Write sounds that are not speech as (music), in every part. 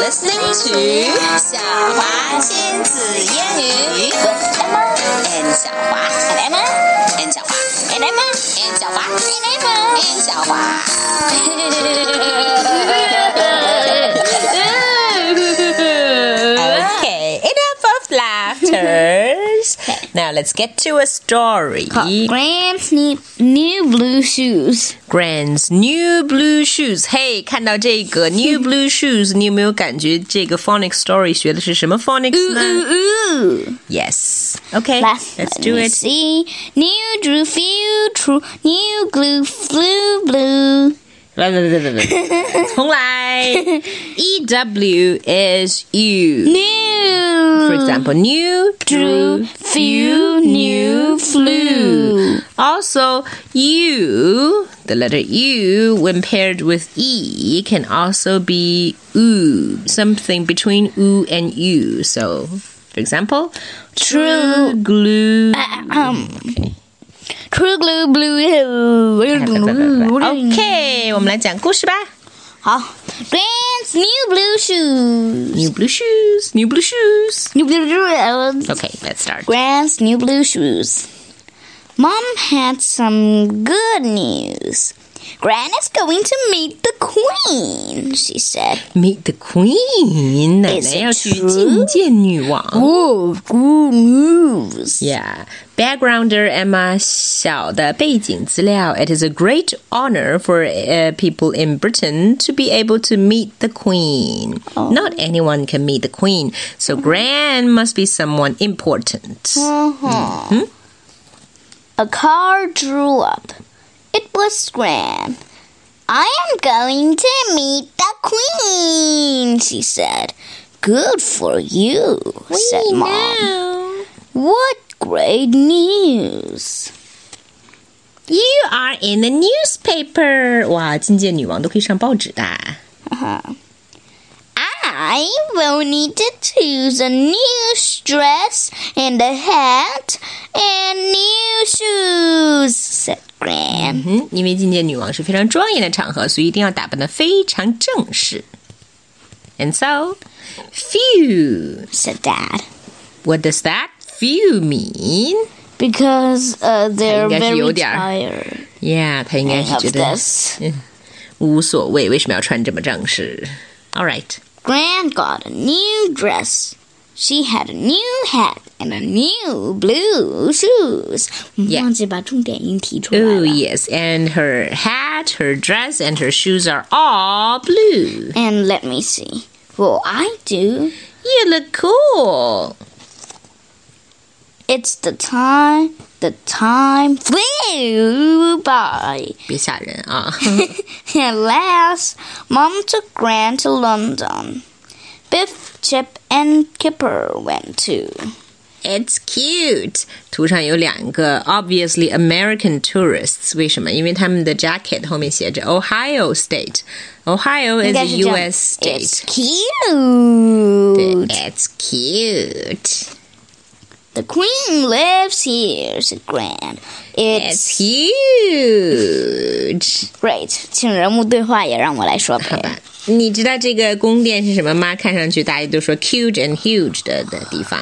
曲小华亲子英语，with Emma and 小华，and Emma and 小华，and Emma and 小华，and Emma and 小华。 Okay, enough of laughters. now let's get to a story. Grant's new, Uh, new blue shoes. Grand's new blue shoes. Hey, 看到这 (laughs) 个 new blue shoes，你有没有感觉这个 phonics story 学的是什么 phonics Ooh, 呢 ooh, ooh. Yes. Okay, Let's, let's let do me it. See, new drew, few true, new glue, flew blue. 来来来来来，重 (laughs) 来。E W is you. For New example, new drew, drew few few new new flew. flew. Also, you, the letter U, when paired with E, can also be oo, something between oo and you. So, for example, true glue. Um, True glue, blue. Okay, 我们来讲故事吧。New 好，Grant's Ah, new blue shoes. blue shoes, new blue shoes. New blue shoes. Okay, let's start. Grant's new blue shoes. Mom had some good news. Gran is going to meet the queen, she said. Meet the Queen，奶 Is 奶 it 要去 true? 觐见女王。 Oh, good news. Yeah, backgrounder Emma 小的背景资料。It is a great honor for uh, people in Britain to be able to meet the Queen. Not anyone can meet the Queen, so Gran must be someone important. Uh-huh. Hmm? A car drew up. It was Gran. I am going to meet the queen, she said. Good for you, said Mom. Now, What great news! you are in the newspaper. 哇，觐见女王都可以上报纸的。 I will need to choose a new dress and a hat and new shoes, said Gran. 嗯，因为觐见女王是非常庄严的场合，所以一定要打扮的非常正式。And so, few. said Dad. What does that few mean? Because uh, they're 他应该是有 very 点儿 tired Yeah，他应该是 of 觉得 this. 无所谓，为什么要穿这么正式？All right， Gran got a new dress. She had a new hat and a new blue shoes. Yeah. 忘记把重点音提出来了。 oh yes，and her hat, her dress, and her shoes are all blue. And let me see. Well, I do. You look cool. It's the time. The time flew by. (laughs) 别吓人啊！ At last, Mom took Gran to London. Biff, Chip, and Kipper went too. It's cute. 图上有两个 obviously American tourists. 为什么？因为他们的 jacket 后面写着 Ohio State. Ohio is a 应该是这样。 U.S. It's state. cute. It's cute. The queen lives here, said Gran. It's It's huge. great. 请人物对话也让我来说 (laughs) 呗。你知道这个宫殿是什么吗？看上去大家都说 cute and huge 的的地方，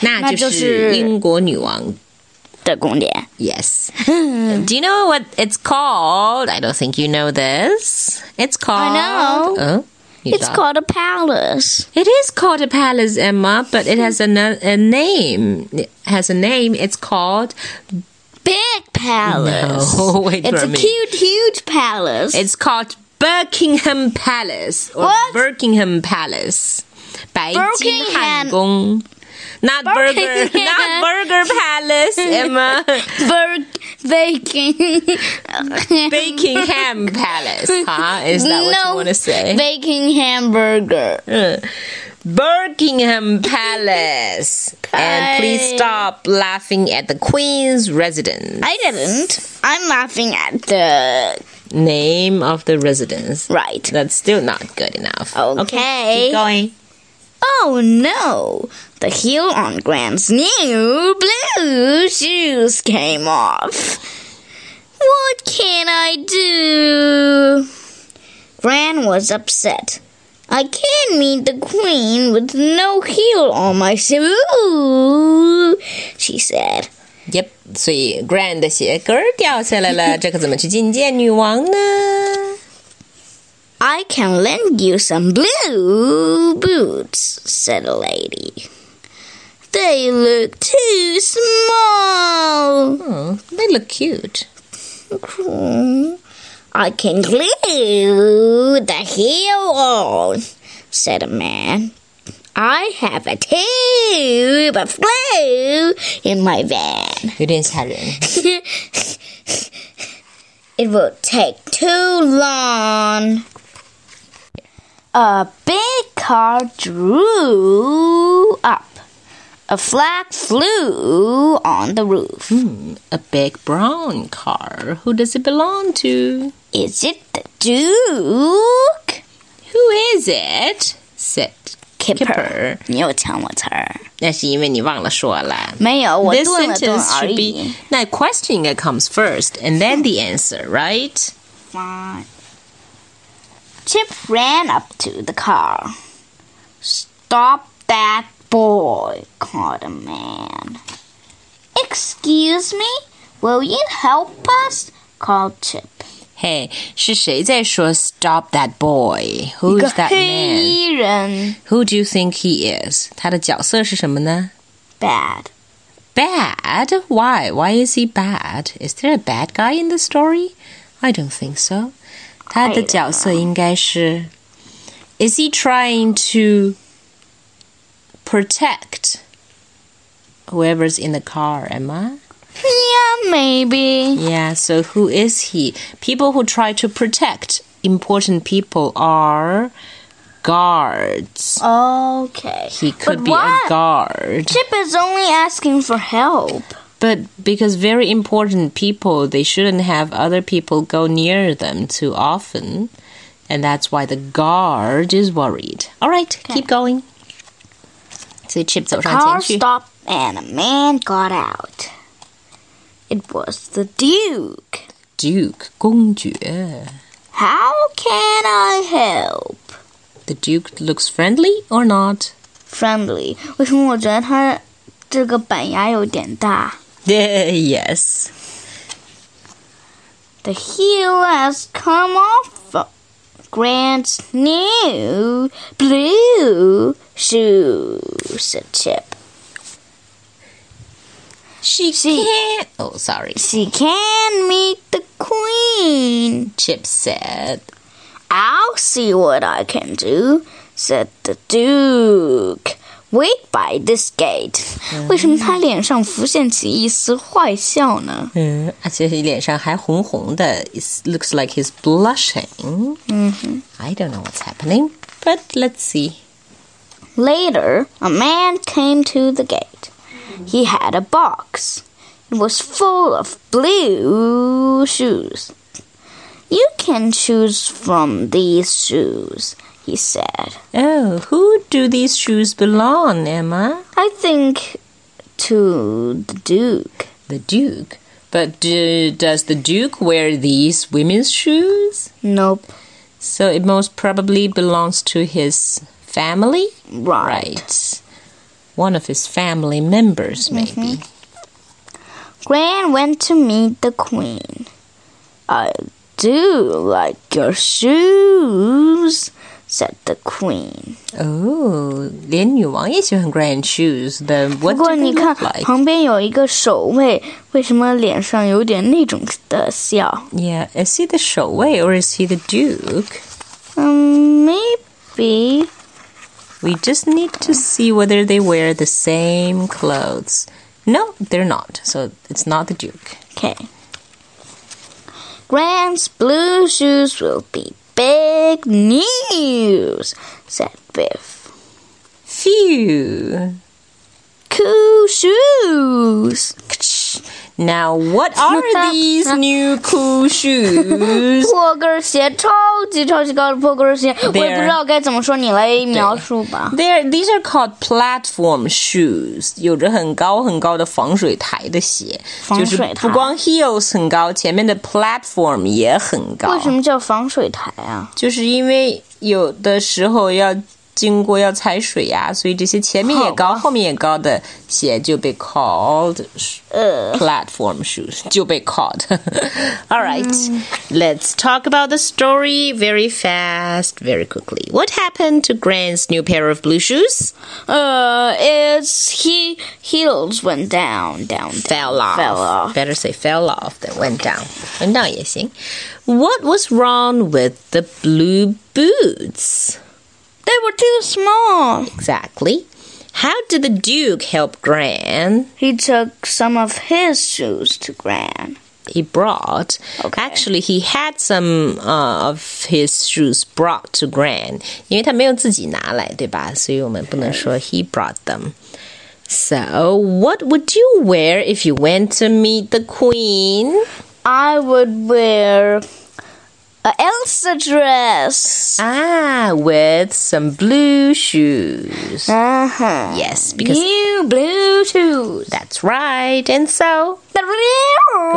那那就就是是英国女王 (laughs) 的宫殿 Yes. Do you know what it's called? I don't think you know this. It's called. know. Oh, you ，It's thought- called a palace. It is called a palace, Emma, but it has a, no- a name. It has a name. It's called. Big palace. No, (laughs) wait it's for a me. cute, huge palace. It's called Buckingham Palace or What? Buckingham Palace. 白金汉宫 Not burger, (laughs) Buckingham. not burger palace, (laughs) Emma. Burg baking. Buckingham Palace, huh? Is that what no, you want to say? (laughs) Baking hamburger. Buckingham Palace. And please stop laughing at the Queen's residence. I didn't. I'm laughing at the Name of the residence. right. That's still not good enough. Okay. keep going. Oh no! The heel on Gran's new blue shoes came off. What can I do? Gran was upset. I can't meet the queen with no heel on myself. Ooh, she said. Yep，所以 Grand 的鞋跟儿掉下来 (laughs) 了，这可怎么去觐见女王呢 I can lend you some blue boots, said a lady. They look too small. ？Oh, they look cute. Cool. Hmm. I can glue the heel on, said a man. I have a tube of glue in my van. (laughs) 有点吓人。 It will take too long. A big car drew up. A flag flew on the roof. Hmm, a big brown car. Who does it belong to? Is it the Duke? Who is it? Said Kipper. 你又抢我词儿，那是因为你忘了说了。没有，我 This 顿了顿 sentence 而 should 已 be。that question 应该 comes first and then the answer, right? Fine. Chip ran up to the car. Stop that boy, called a man. Excuse me, will you help us? called Chip. 嘿、是谁在说 "Stop that boy"? Who is that man? 一个黑人 Who do you think he is? 他的角色是什么呢 bad. ？Bad? Why? Why is he bad? Is there a bad guy in the story? I don't think so. 他的角色应该是 Is he trying to protect whoever's in the car? Emma? Yeah, maybe. Yeah, so who is he? People who try to protect important people are guards. Okay. He could but be why? a guard. Chip is only asking for help. But because very important people, they shouldn't have other people go near them too often. And that's why the guard is worried. All right, keep going. So Chip Car stopped and a man got out. It was the Duke. Duke 公爵. How can I help? The Duke looks friendly or not? (laughs) Friendly，为什么我觉得他这个板牙有点大 yes. ？The heel has come off Grant's new blue shoes," said Chip. She She- can't. Oh, sorry. She can meet the queen. Chip said. I'll see what I can do, said the Duke. Wait by this gate. 为什么他脸上浮现起一丝坏笑呢？嗯，而且脸上还红红的。It looks like he's blushing. 嗯哼。 I don't know what's happening, but let's see. Later, a man came to the gate. He had a box. It was full of blue shoes. You can choose from these shoes, he said. Oh, who do these shoes belong, Emma? I think to the Duke. The Duke. But do, does the Duke wear these women's shoes? Nope, So it most probably belongs to his family, right. right? One of his family members, maybe. Gran went to meet the queen. I do like your shoes, said the queen. 哦，连女王也喜欢 grand shoes. Then what do 不过你 they 看 look like? 旁边有一个守卫，为什么脸上有点那种的笑？ Yeah, is he the 守卫 or is he the duke? 嗯、m a y b e We just need to see whether they wear the same clothes. No, they're not. So it's not the duke. Okay. Grand's blue shoes will be big news," said Biff. Phew. "Cool shoes," Now, what are these (laughs) new cool shoes? 破跟鞋，超级超级高的破跟鞋，我也不知道该怎么说，你来描述吧。 They're, these are called platform shoes，有着很高很高的防水台的鞋，防就是水不台光 heels 很高，前面的 platform 也很高。为什么叫防水台啊？就是因为有的时候要经过要踩水呀、所以这些前面也高、后面也高的鞋就被 called 呃 platform shoes 就被 called. (laughs) All right, Mm。 let's talk about the story very fast, very quickly. What happened to Grant's new pair of blue shoes? 呃，it's he heels went down down Fell off. Fell off. Better say fell off than went down. Went down 也行. What was wrong with the blue boots? They were too small. Exactly. How did the Duke help Gran? He took some of his shoes to Gran. He brought. Okay. Actually, he had some uh, of his shoes brought to Gran. 因为他没有自己拿来，对吧？所以我们不能说 he brought them. So, what would you wear if you went to meet the Queen? I would wear a Elsa dress. Ah, with some blue shoes. Uh-huh. Yes, because new blue shoes. that's right. And so, The real